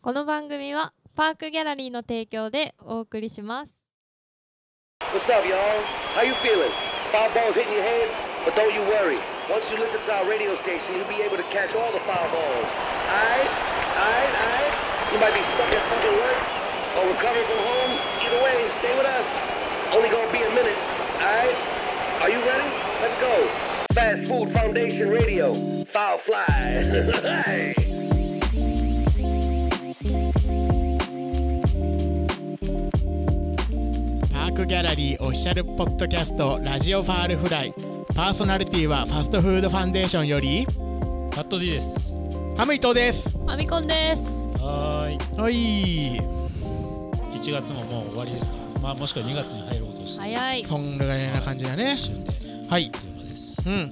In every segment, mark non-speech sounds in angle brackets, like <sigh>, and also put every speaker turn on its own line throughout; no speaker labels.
この番組はパークギャラリーの提供でお送りします。
What's up, y'all? How you feeling? Foul balls hitting your head? But don't you worry. Once you listen to our radio station, you'll be able to catch all the foul balls. Aight? Aight? Aight? You might be stuck at fucking work or recovering from home. Either way, stay with us. Only gonna be a minute. Aight? Are you ready? Let's go. Fast Food Foundation Radio. Foul fly. <laughs> Hey.
パークギャラリーオフィシャルポッドキャストラジオファールフライパーソナリティはファストフードファンデーションより
カット D です。
ハム伊藤です
ファミコンです。
はーい。
はい
1月ももう終わりですか。まあもしくは2月に入ろうとしている
早い。
そんぐらいな感じだね
一瞬でテ
はい
ーマです。
うん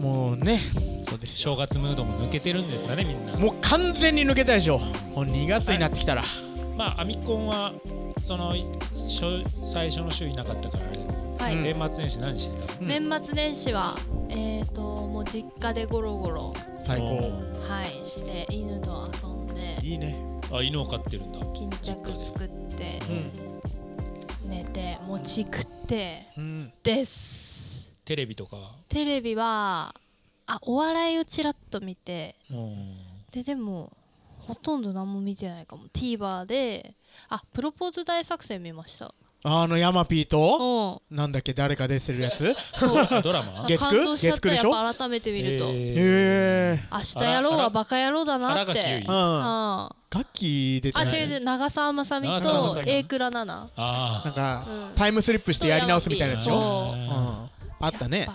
もうねそうですよ
正月ムードも抜けてるんですかねみんな。
もう完全に抜けたでしょこの2月になってきたら、
まあアミコンはその初最初の週いなかったからあれだけど、
はい、
うん
年末年始何してた？
うん
年末年始はえー、ともう実家でゴロゴロ
最高
はいして犬と遊んで
いいね
あ犬を飼ってるんだ。
巾着作って
うん
寝て餅食って
うん
です
テレビとか。
テレビはあお笑いをちらっと見て
うん。
<laughs>
ででもほとんど何も見てないかも TVer であプロポーズ大作戦見ました
あのヤマピー
うん
と
そ
なんだっけ誰か出てるやつへ
そうドラマ
う？
月九
感動しちゃった
月九でし
や
ょ
っぱ改めて見ると、
え
明日やろうはバカ野郎だなっ
新
て
垣結
う
衣。
ん
あ
ガッキー出て
あ
ない
違う違う長澤まさみ
長
澤ま
と
さみ
A 倉奈々
あ
なん
あ。
か、
うん
タイムスリップしてやり直すみたいなやつでしょ、、
そう
うんん
あったね
やっぱ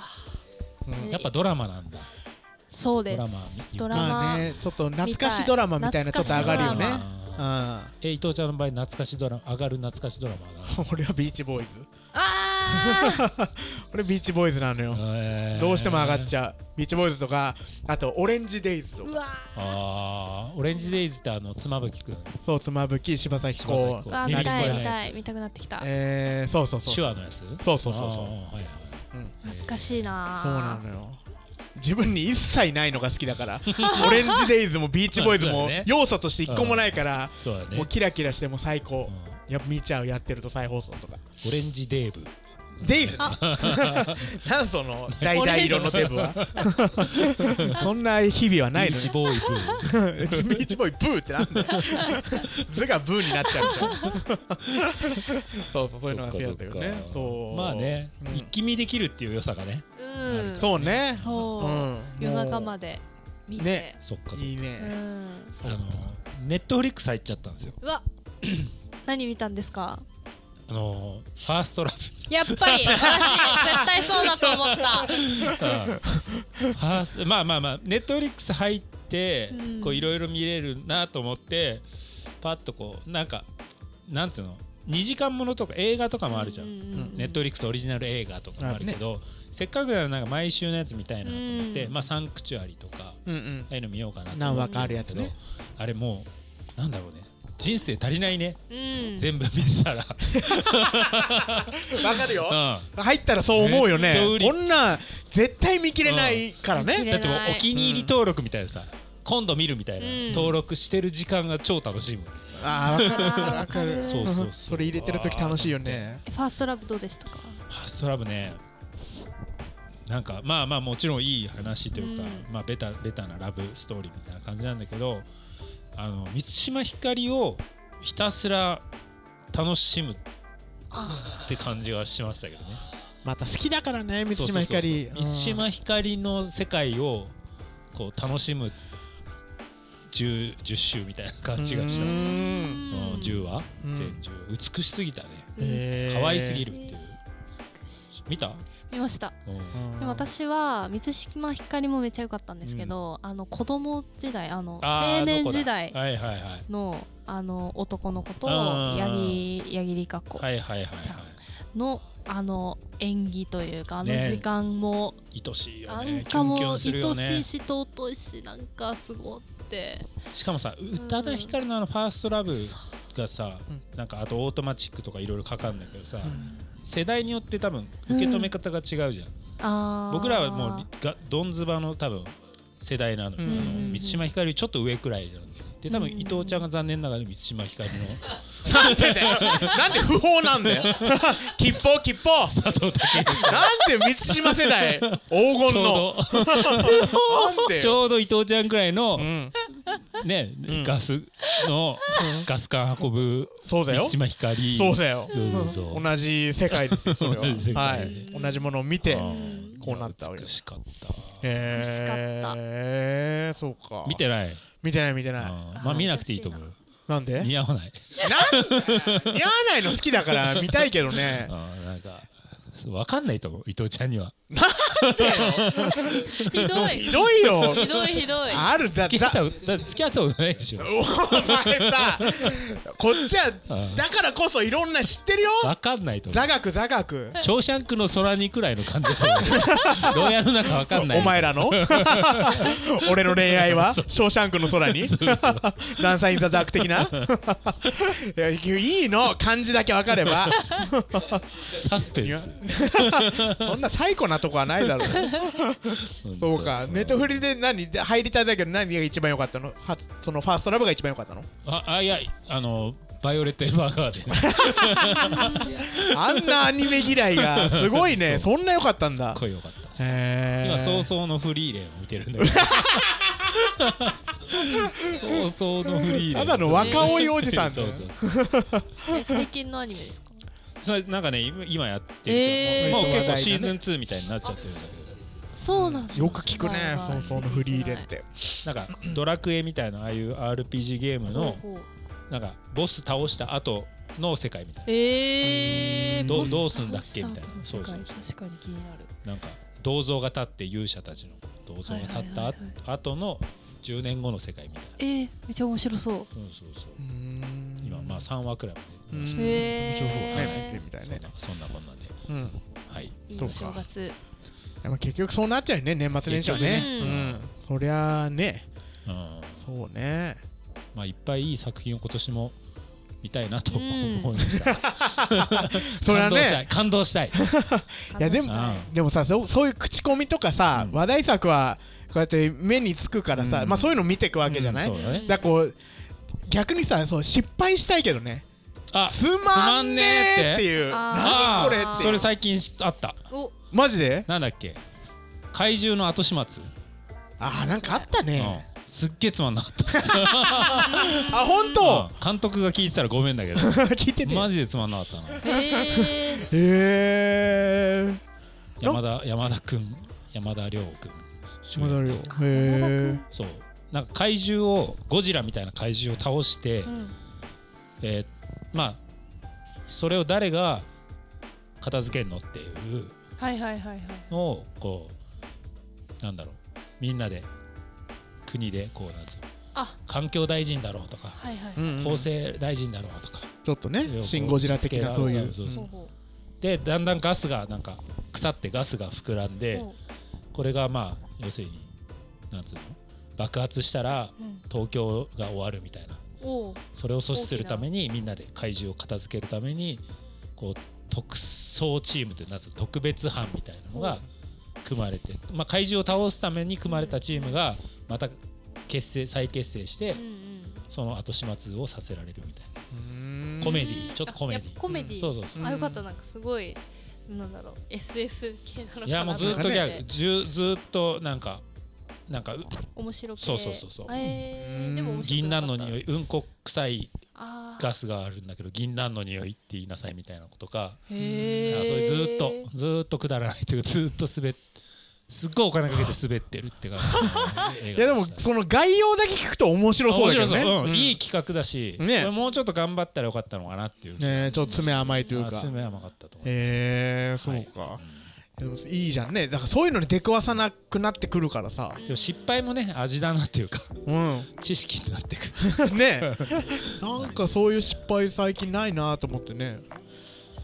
うん
やっぱドラマなんだ。
そうです
ド
ド
ラ
ラ
まあ
マ、
ねちょっと懐かしドラマみたいなちょっと上がるよね
懐
う
あ
ん
ーえ伊藤ちゃんの場合懐かしドラマ上がる懐かしドラマだ
<laughs>
な。
俺はビーチボーイズ
あー
俺ビーチボーイズなのよどうしても上がっち
ゃう
ゃうビーチボーイズとかあとオレンジデイズと
う
か
わ
あーオレンジデイズってあの妻夫木くん
そう妻夫木柴咲コウ
柴咲
ー
コウ
うわ
<laughs>
リ
見
リコ
た
や
い見
ない
た
や
い
つ
見たくなってきた
えー、そうそうそう
手話のやつ
そうそうそうそう
あーはいはい
うん
懐かしいなー
そうなのよ自分に一切ないのが好きだから
<laughs>
オレンジデイズもビーチボーイズ
そう
も
だね
要素として一個もないから、
そうだね
もうキラキラしてもう最高、
う
やっぱ見ちゃうやってると再放送とか
んオレンジデーブ
デイズ <laughs> なんその橙色のデブ <laughs> はそんな日々はない
ビ
の
ーチ
よ
ボーイブー
ビーチボーイブーってなんだよ図がブーになっちゃうみたいなそう <laughs> そうそういうのが好きだったよね
そっかそっか
そう
まあね
うん
一気見できるっていう良さがね
うん
そうね
そう
うん
夜中まで見て、
ね
そっかそっか
いいうね
ん
あのネットフリックス入っちゃったんですよ
うわ <clears throat> 何見たんですか
あのファーストラブ
やっぱり私絶対そうだと思った
うんフ <laughs> ァーストまあまあまあネットフリックス入って
うん
こういろいろ見れるなと思ってパッとこうなんかなんつうの2時間ものとか映画とかもあるじゃんネットフリックスオリジナル映画とかもあるけど、せっかくならなんか毎週のやつ見たいなと思って、
うん
まあ、サンクチュアリとか
うんうん
ああいうの見ようかなと
何
思っ
話
て
かあるや
た
つ
けど、
ね
あれもうなんだろうね人生足りないね、
うん
全部見てたら、
わかるよ
う
入ったらそう思うよね
ネット売り
こんなん絶対見切れないから
うん見切
ね
ん、
れ
だってもうお気に入り登録みたいなさ、今度見るみたいな、
うん
登録してる時間が超楽しいもん、
あーわかる
あーわかる
そうそうそう
それ入れてる時楽しいよね
ファーストラブどうでしたか
ファーストラブねなんかまあまあもちろんいい話というか、
う
まあベタベタなラブストーリーみたいな感じなんだけどあの満島ひかりをひたすら楽しむって感じがしましたけどね
また好きだからね満島ひかり
そうそうそうそう満島ひかりの世界をこう楽しむ 10, 10周みたいな感じがした、
う
うん
ん
10話、
うん
全10美しすぎたね
へー
可愛すぎるっていう
美しい
見た、
見ました
うん
でも私は満島ひかりもめっちゃ良かったんですけど、あの子供時代あの
あー
青年
どこだ
時代
はいはいはい
のあの男の子と
うんうんうん
八木八木里香子
はいはいはいはい
じゃのあの演技というかあの
ね
時間も、
愛しいよ
な
ね
んかも
キュンキュ
う
ンするよ
愛し
ね
いし尊いしなんかすごって
しかもさ宇多田ヒカルのあの「ファーストラブ
そ
がさ、
う
なんかあとオートマチックとかいろいろかかるんだけどさ、
ん
世代によって多分受け止め方が違うじゃん、
あー
僕らはもうがどんずばの多分世代なのよ、
うん
あの満島ひかりよりちょっと上くらいなんだよねで多分伊藤ちゃんが残念ながら満島ひかりの
なんでだよなんで不法なん
<laughs>
だよ吉報吉報
佐藤健
なんで満島世代黄金
ちょう
の
ど
なんで
ちょうど伊藤ちゃんくらいの
うん
ね
ん
ガスのガス缶運ぶ
そうだよ
満島ひかり
そうだよ
そうそうそう
同じ世界ですよそれは
<laughs> 同じ世界
はい同じものを見て
うん
こうなったわけ
美しかった
美しかった
えーそうか
見てない
見てない見てない
あーまあ見なくていいと思う
なんで
似合わない
なん似合わないの好きだから見たいけどね
<laughs> あーなんかそうわかんないと思う伊藤ちゃんには
ひどい
ひどいよ
ひどいひ
<laughs>
どい
あるだ
付き合っ
ざ
ただって付き合ったことないでし
お
ょ
前さこっちは
うん
だからこそいろんな知ってるよ
わかんないと思う
座学座学
ショーシャンクの空にくらいの感じだ
<laughs>
と思う牢屋の中わかんない
お前ら
<laughs>
の俺の恋愛は「シ
そう
ョーシャンクの空に」「ダンサー・イン・ザ・ダーク」的
<laughs>
ないやいいの漢字だけ分かれば
サスペンス
<laughs> そんな最古なとこはないだろうそうかネットフリで何で入りたいだけど何が一番良かったのはそのファーストラブが一番良かったの
ああいやあのバイオレット・エヴァーガーデンす
あんなアニメ嫌いがすごいねそんな良かったんだ
っごいよかったです
<laughs> へえ
今早々のフリーレンを見てるんだけ
<laughs>
ど早々のフリーレ
た
ン
だの若老いおじさんだ
そ
よ
うそうそう
え最近のアニメですか
それなんかね今今やってる
えー
けどもう結構シーズン2みたいになっちゃってるんだけ
そうなんだ
よく聞くね
はいはい
早々のフリーレンって
どなんかドラクエみたいなああいう RPG ゲームの
ほうほう
なんかボス倒した後の世界みたい
えー
どう
ポス
どうすんだっけみたいな
ポスターとの世界
そ
確かに気になる
ななんか銅像が立って勇者たちの銅像が立った
はいはいは
あ
いはい
後の10年後の世界みたい
えー、めちゃ面白そう
なそうそうそう
うーん
今まあ3話くらいまで見ました
うん
け
へ
面白そうだね見
え
てみたい
どそん
ね
なそんなこんなんで
うん
はい
いい
どう
お
か
正月
やっぱ結局そうなっちゃうよね年末年始はね
結
う
局ね
んそりゃあね
うん
そうね
まあいっぱいいい作品を今年も見たいなと
う
思
ん
いました
<laughs> それは
感動した
ね
い感動したい
いやでも
うん
でもさそうそういう口コミとかさ
うん
話題作はこうやって目につくからさ
うん
まあそういうの見てくわけじゃない
うんそうだね
だからこう逆にさそう失敗したいけどね
あ
つまんねえっていう何
あ
あ
こ
ー
れ
あ
っ
ー
て
それ最近知あった
お
マジで
なんだっけ怪獣の後始末、
あーなんかあったね
うんすっげえつまんなかった
<laughs> あ本当
うん監督が聞いてたらごめんだけど
<laughs> 聞いてね
マジでつまんなかったな
え
<laughs>
ー
へえ
山田山田君山田涼君主演
戻るよへえ
そうなんか怪獣をゴジラみたいな怪獣を倒して、
うん
えーまあそれを誰が片付けるのっていう
はいはいはいはい
のをこうなんだろうみんなで国でこうなんですよ
あ
環境大臣だろうとか
はいはい
厚生大臣だろうとか、
ちょっとねシン・ゴジラ的なそういう
そうそ
ほ
う
うほ
でだんだんガスがなんか腐ってガスが膨らん
う
で、
ほ
これがまあ要するになんつうの爆発したら
ううん
東京が終わるみたいな
おう
それを阻止するためにみんなで怪獣を片付けるためにこう特捜チームというなんつうの特別班みたいなのが組まれて、まあ、怪獣を倒すために組まれたチームがまた結成再結成して
うんうん
その後始末をさせられるみたいな
うーん
コメディちょっとコメデ
あやっ
ィ
ぱコメディ
そうそうそう
あ
ん
よかったなんかすごいなんだろう SF 系なのかない
やもうずっとギャグじゅずっとなんかなんかう
面白くて
そうそうそうそう
え
うん
ー、でも面白く
銀
なか
杏の
った
匂いうんこ臭い
あー
ガスがあるんだけど銀杏の匂いって言いなさいみたいなことか
へ
な
ー
んかそれずっとずっとくだらないというかずっと滑っすっごいお金かけて滑ってるって感じの映
いやで
画
も
した
その概要だけ聞くと面白そう
面
だけ
白
ど
そう
ね
うん
うん
いい企画だしこ
ね
れもうちょっと頑張ったらよかったのかなっていう
ねちょっと爪甘いという
あ
か
爪甘かったと思い
へえ
ます
そ
は
う
い
か
ん
でもいいじゃんねだからそういうのに出くわさなくなってくるからさ
でも失敗もね味だなっていうか <laughs>
うん
知識になってく
<laughs>
る
ねなんかそういう失敗最近ないなと思ってね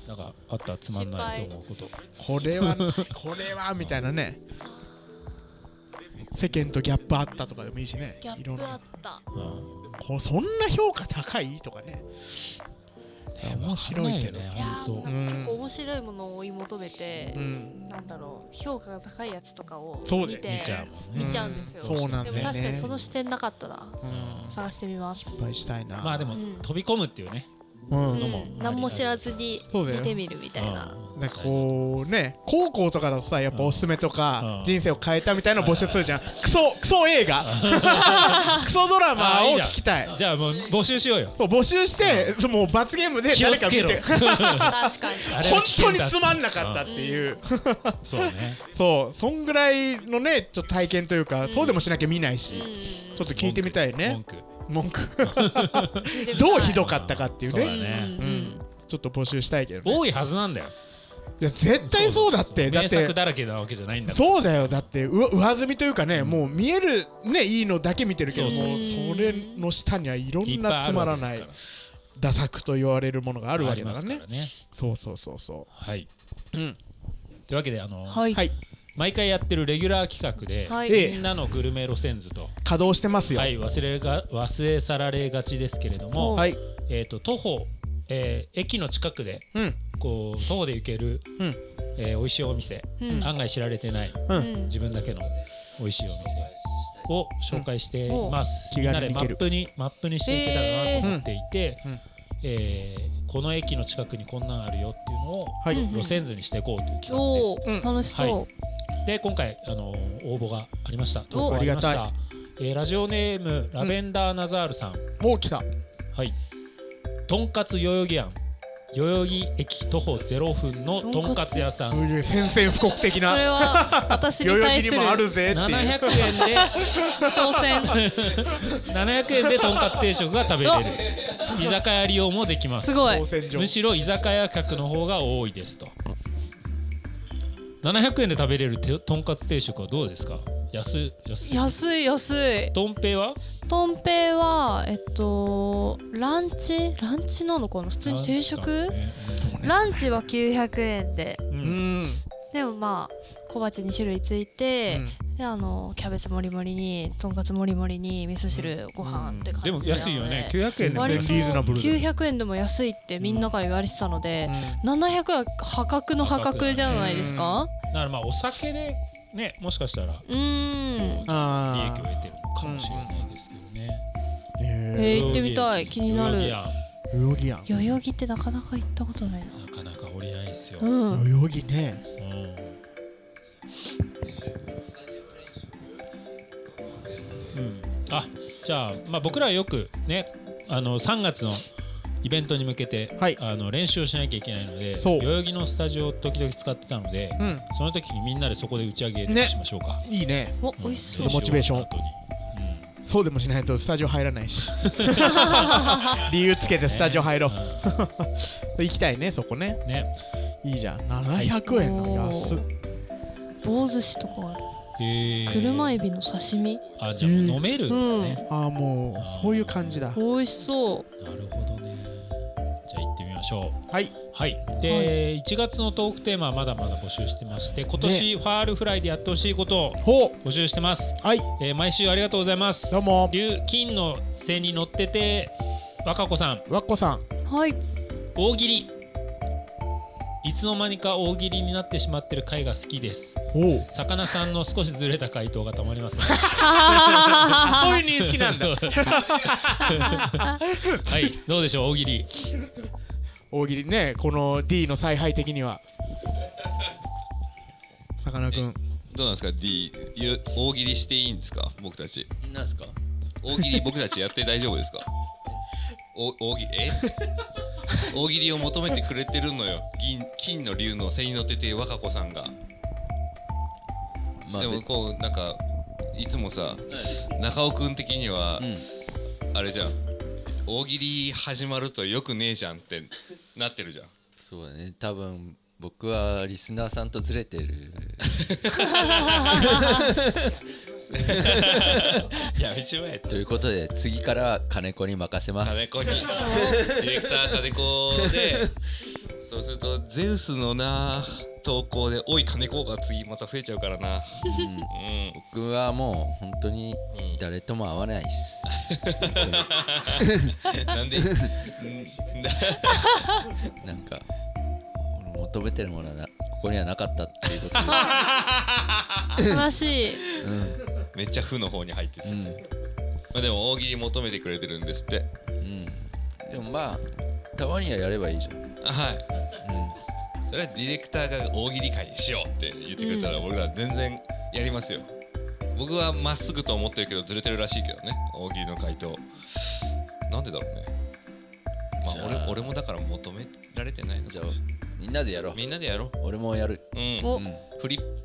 なんかあったらつまんないと思うこと
これはこれはみたいなね世間とギャップあったとかでもいいしね
ギャ
いろん
ップあ
な
った
うん
こそんな評価高いとかね
わ
面
か
白
んないい
け
よ
ど
ね
いやーもう
本当
なんか結構面白いものを追い求めて
う、ん
なんだろう評価が高いやつとかを
そうだ
見
よ
て
見ちゃうもんね
見ちゃうんですよ、
そうなん
で
だよね
も確かにその視点なかったな
うん
探してみます、
失敗したいな
まあでも
うん
飛び込むっていうね
うん
うん
のも
何も知らずに
そうだよ
見てみるみたいな、
う
なんかこうね高校とかだとさやっぱおすすめと
う
か
ん
人生を変えたみたいなの募集するじゃんクソクソ映
<laughs>
画クソドラマを聞きたい
じゃあもう募集しようよ
そう募集してそうもう罰ゲームで
気を
誰か
つ
見
けろ
て
<laughs> 確かに
あれは
本
危
当
険
に
だ
つまんなかったっていう
うんそうね
そうそんぐらいのねちょっと体験というかそうでもしなきゃ見ないしちょっと <laughs> 聞いてみたいね
文句
文句
うん
どうひどかったかっていう
そ
ね
うだね
うん
うんちょっと募集したいけどね
多いはずなんだよ
いや絶対そうだってだっ
名
て
作だらけなわけじゃないんだから
そうだよだってう上積みというかね、もう見えるねいいのだけ見てるけど
そう
もうそれの下にはいろ
い
ん
っぱい
な
あ
つ
る
まら
わけで
な
す
い
から
打作と言われるものがあるわけだから
あ
ね
りますね
そうそうそうそ
はい
うん
というわけであ
う
の
はい、
はい
毎回やってるレギュラー企画で
はい
ええ
みんなのグルメ路線図と
稼働してますよ
はい忘れが忘れ去られがちですけれども
はい
えっと徒歩えー駅の近くで
うん
こう徒歩で行ける
うん
えー美味しいお店
うん
案外知られてない
うん、
うん
自分だけの美味しいお店を紹介しています。
うん
みんなで
気
マ
軽に行
ップにマップにしていけたらなと思っていて
うんうん、
えーこの駅の近くにこんなんあるよっていうのを
はい、
うん
路線図にしていこうという企画で
お
す。
ー
うん
楽しそう、
はで今回あの応募がありました。投
お
稿ありまし
ありが
た。えーラジオネームラベンダーナザールさん。
もう来た
はい。とんかつ代々木庵代々木駅徒歩ゼロ分のとんかつ屋さん。
すげえ宣戦布告的
それ
な
は私
<laughs> 代
に
々
対
木
す
に
る
もあるぜっていう
700円で
挑戦
700円でとんかつ定食が食べれる居酒屋利用もできます
すごい
挑戦状
むしろ居酒屋客の方が多いですと700円で食べれるてとんかつ定食はどうですか安い安い
安い安い
とんぺいは
とんぺいはえっとランチランチなのかな普通に定食ランチは900円で
う
うんん
でもまあ小鉢2種類ついて、であのキャベツもりもりにとんかつもりもりに味噌汁ご飯って感じ
で
な
も
の
安いよね900円で
割
全
と
然リーズナブルだよ
900円でも安いってみんなから言われてたので、
う
700は破格の破格じゃないですか
だからまあお酒でねもしかしたら
うーん
ん
利益
あ
を得てるのかもしれないですけどね
ー
え
え
ー行ってみたい気になる
代々
ー代々木やん
代々木ってなかなか行ったことないな
木庵なかなか降りないですよ、
うん
代々木ね
うんあじゃあ,、まあ僕らはよくねあの3月のイベントに向けて、
はい
あの練習をしなきゃいけないので
そう
代々木のスタジオを時々使ってたので、
うん
その時にみんなでそこで打ち上げ
ね
しましょうか、
いいね
お
うん
美味しそう
ちょっとモチベーション
練習終わった後に
そうでもしないとスタジオ入らないし理由つけてスタジオ入ろう、行きたいねそこね
うんね
いいじゃん700円の安っ
棒寿司とかある
えー
車エビの刺身
あじゃあ
えー
飲めるんだね、
ああもうそういう感じだ
美味しそう
なるほどねじゃあ行ってみましょう
はい
はい、で、1月のトークテーマはまだまだ募集してまして今年ファールフライでやってほしいことを
ほ
募集してます、
うはい
えー毎週ありがとうございます
どうも
龍金の背に乗ってて若子さん
わっこさん
はい
大喜利いつの間にか大喜利になってしまってる回が好きです
おう
魚さんの少しずれた回答がたまりますね
あそういう認識なんだ
<laughs> はいどうでしょう大喜利
<laughs> 大喜利ねこの D の采配的にはさかなクン
どうなんですか D ゆ大喜利していいんですか僕たち
なんですか
大喜利僕たちやって大丈夫ですかお大喜利え大喜利を求めてくれてるのよ銀金の竜の背に乗ってて若子さんが、
まあ
でもこうなんかいつもさ中尾君的には、
うん
あれじゃん大喜利始まるとよくねえじゃんってなってるじゃん
そうだね多分僕はリスナーさんとずれてる
やめちまえ
ということで次からは金子に任せます
金子にディレクター金子でそうするとゼウスのな投稿で「おい金子」が次また増えちゃうからなうん
僕はもう本当に
うん
誰とも会わないっす本当に
なんでうんだ
なんか俺求めてるものはなここにはなかったっていうこと
<laughs>
で、
<laughs> 悲しい。
う
めっちゃ負の方に入ってっちゃっ
ん
た、まあ、でも大喜利求めてくれてるんですって
うんうん、でもまあたまにはやればいいじゃん、うん、
あはいそれはディレクターが大喜利会にしようって言ってくれたら僕ら全然やりますよ僕はまっすぐと思ってるけどずれてるらしいけどね大喜利の回答なんでだろうねま
じゃ
あ
あ
俺俺もだから求められてないの
じゃあみんなでやろう
みんなでやろ
俺もやる、
ううん
お
うん、
フリップ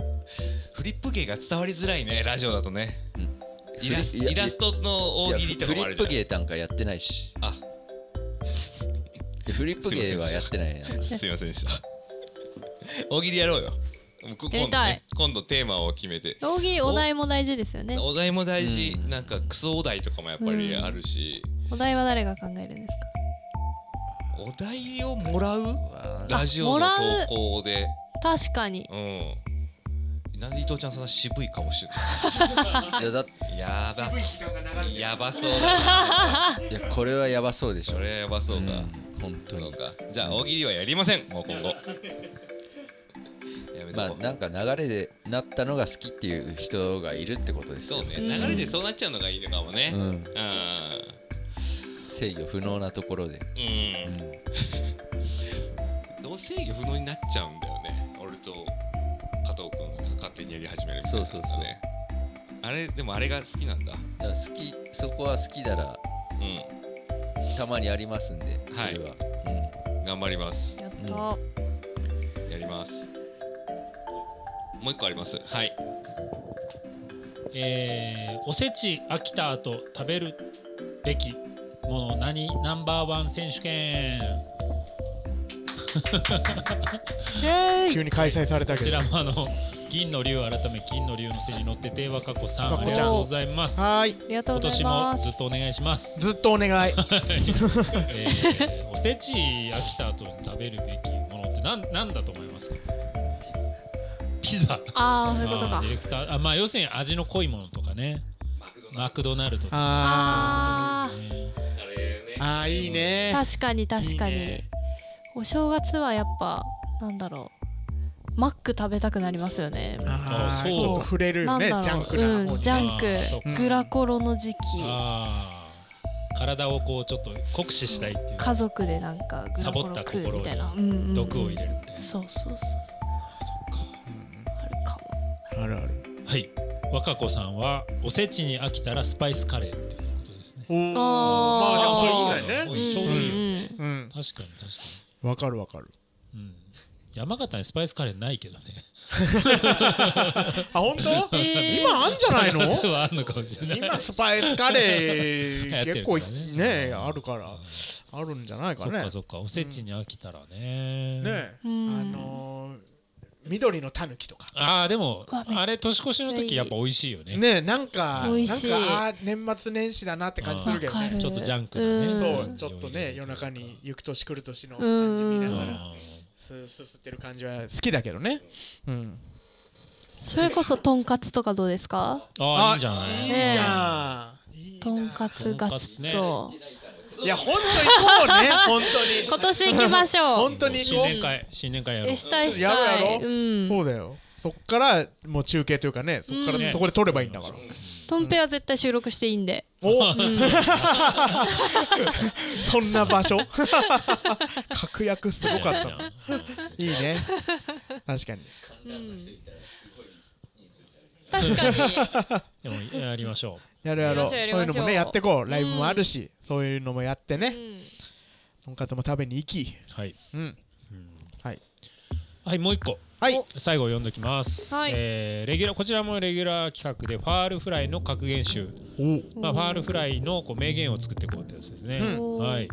フリップ芸が伝わりづらいねラジオだとね、
うん
イラス
フリいや
イラストの大喜利とか
い
も
や
あ
フ
る
リッ
じゃん
プ芸なんかやってな
<laughs>
いし
あ
いやフリップ芸はやってないな
すいませんでした大喜利やろうよこ
やり
今度
たい
ね今度テーマを決めて
道義お題も大事ですよね。
お題も大事、
うん
なんかクソお題とかもやっぱりあるし、
お題は誰が考えるんですか。
お題をもらう
わあ
ラジオ
も
の
らう
投稿で
確かに。
うんなんで伊藤ちゃんそんな渋い顔してる
<laughs> いや
のやばそ
だ
間が
うやばそうだ
<laughs> いやこれはやばそうでしょ
それはやばそううんか、
本当
そう
に
かじゃあ大喜利はやりませんもう今
<laughs>
後やめと
まあ
こう
なんか流れでなったのが好きっていう人がいるってことですよ
そうね流れでそうなっちゃうのがいいのかもね
う
うん
ん、制御不能なところで、
うん
うん、
どう制御不能になっちゃうんだよね俺と加藤君が勝手にやり始めるみたいな
そうそうそう
ねあれでもあれが好きなんだ
だから好きそこは好きなら
う
たまにありますんでそれは、
ん頑張ります
やっ
う
た。
やりますもう一個ありますはい
えーおせち飽きた後食べるべきもの何ナンバーワン選手権
急に開催された
こ
け
ち
ど
らもあの銀の竜改め金の竜の背に乗ってて和歌子さん
和
あ
歌子
り
ちゃん
がとうございます
はー
あ
い
りがとう
今
ござい
年
ます。
もずっとお願いします、
ずっとお願い
えーおせち飽きた後に食べるべきものってなんなんだと思いますかピザ
ああそういうこと
まあ
か
ディ。レクターあまあ要するに味の濃いものとかねマクドナルドとか
あ
あ
ね
ーあーいい
あ
ね
確かに確かに
いいね
お正月はやっぱなんだろうマック食べたくなりますよね。
あー
そう
ちょっと触れる
なん
ね
だろう
ジャンク
う
なん方に
ジャン
あーそっ
ク、
か
グラコロの時期
あー体をこうちょっと酷使したいっていう
家族でなんかグラコロ
サボった
食うみたいな、
と
うんうんうん
毒を入れるみたいな
そうそうそうあるかも
あるある
はい和歌子さんはおせちに飽きたらスパイスカレーっていうことですね
おー
あー
まあでもそういうことだよね
うんちょうどいいよ、
いよ
うん
確かに確か
わかるわかる
に、うん、山形にスパイスカレーないけどね
あ本当
えー
今あんじゃない <laughs> の
可能性はあるのかもしれない
今スパイスカ
<laughs>
レ
流行っ
ー
てる
結
か
構
らね
ねあるからあるんじゃないか
そっ
ね
かそっかおせちに飽きたらね
ね
う
あ
ん
のー緑のタヌキとか
ああでも
わめっちゃいい
あれ年越しの時やっぱ美味しいよね
ねなんか
美味
なん
しい
かあー年末年始だなって感じするけど
わか
ね
る
ちょっとジャンクなね
そう
うん
ちょっとね夜中に行く年来る年の
うん
感じ見な
う
がら
ん
すすすってる感じは好きだけどねうん
それこそとんかつとかどうですか
ああいいんじゃない
いいじゃんいいな
とんかつガツッと、
いや本当行こうね本当に
今年行きましょう
<laughs> 本当に
新年会新年会やろう
えしたいし
やろうや
た
ろ
いうん
そうだよそっからもう中継というかねそっか
う
ら
ん
そこで撮ればいいんだから
トンペは絶対収録していいんで
おそんな場所確約すごかったのいいね確かに
確かに
でもやりましょ
やるやろう
やりましょうやりましょ
そう
う
いうのもねやってこうライブもあるしそう <laughs> いうのもやってね
うん
とんかつも食べに行き
うはい
うん
はいもう一個
はい
最後読んどきます、
はい
えーレギュラーこちらもレギュラー企画でファールフライの格言集、まあ、ファールフライのこう名言を作っていこうってやつですね、
うん
はい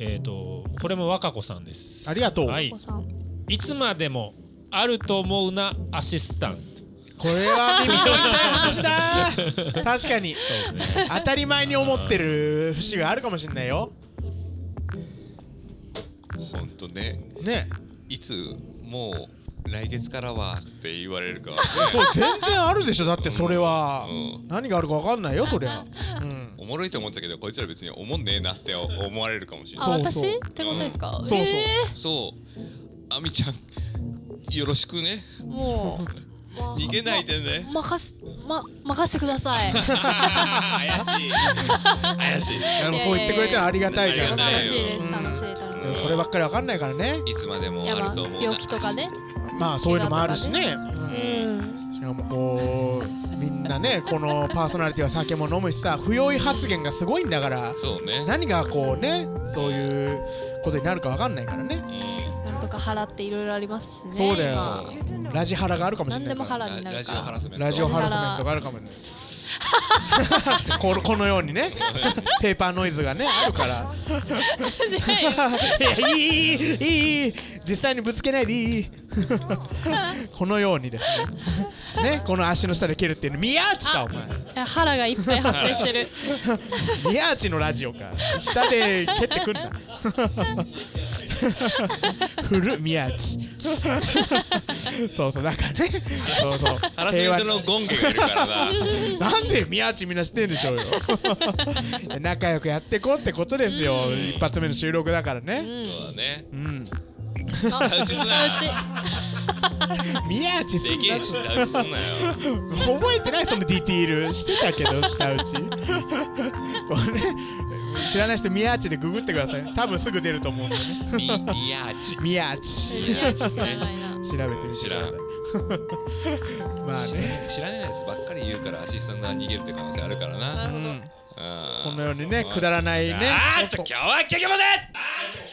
えっ、とこれも和歌子さんです
ありがとう
はい
お子、さん
いつまでもあると思うなアシスタント
これは耳の痛い話だ確かに当たり前に思ってる節があるかもしれないよ
ほんとね
ね
いつもう来月からはって言われるか、ね、
そう全然あるでしょだってそれは
うん
何があるかわかんないよそりゃうん
おもろいと思ってたけどこいつら別に思んねえなって思われるかもしれ
あ
ない
そうそう
私ってことですか
そうそう
え
そうあみちゃんよろしくね
ーもう
逃げないでね
ま任すま任せてください
怪しい <laughs> 怪しい
あのそう言ってくれたらありがたいじゃ
ありが
ん
たい
楽しいです
うん
楽しい楽し
う
い
んこればっかりわかんないからね
いつまでも
や
あ
ば
ると思うな
病気とかね
まあそういうのもあるしね
うん
しかもこうみんなねこのパーソナリティは酒も飲むしさ不用意発言がすごいんだから
そうね
何がこうねそういうことになるかわかんないからね
なんとか払っていろいろありますしね
そうだよ
今 <laughs>
ラジハラがあるかもしれない
何でも
から
腹
ラ
になる
ラジオハ
か
ラスメント
ラジオハラスメントがあるかもしれないこのこのようにねペーパーノイズがねあるからいやいいいいいい実際にぶつけないでい <laughs> いこのようにですねねこの足の下で蹴るっていうの宮内かお前
あ腹がいっぱい発生してる
宮内のラジオか下で蹴ってくん
<laughs>
な古っ宮内そうそうだからねそうそう
ハラスメントのゴングがいるからな
なんで宮内みんな知ってんでしょうよ仲良くやってこうってことですよ、一発目の収録だから
<laughs>
ね
そうだね
うん、
舌 <laughs> 打ちすな
宮内す
で
ん
け
な
え舌打ちすんなよ
覚えてないそのディティールしてたけど下打ちこれね知らない人宮内でググってください多分すぐ出ると思うんでね
みみやち
宮
<laughs>
内
いや知らないな
調べてみてください <laughs> まあね、
知らないやつばっかり言うからアシスタントは逃げるって可能性あるからな
うん、
あー
このようにねくだらないね
あーっと今日は結局まで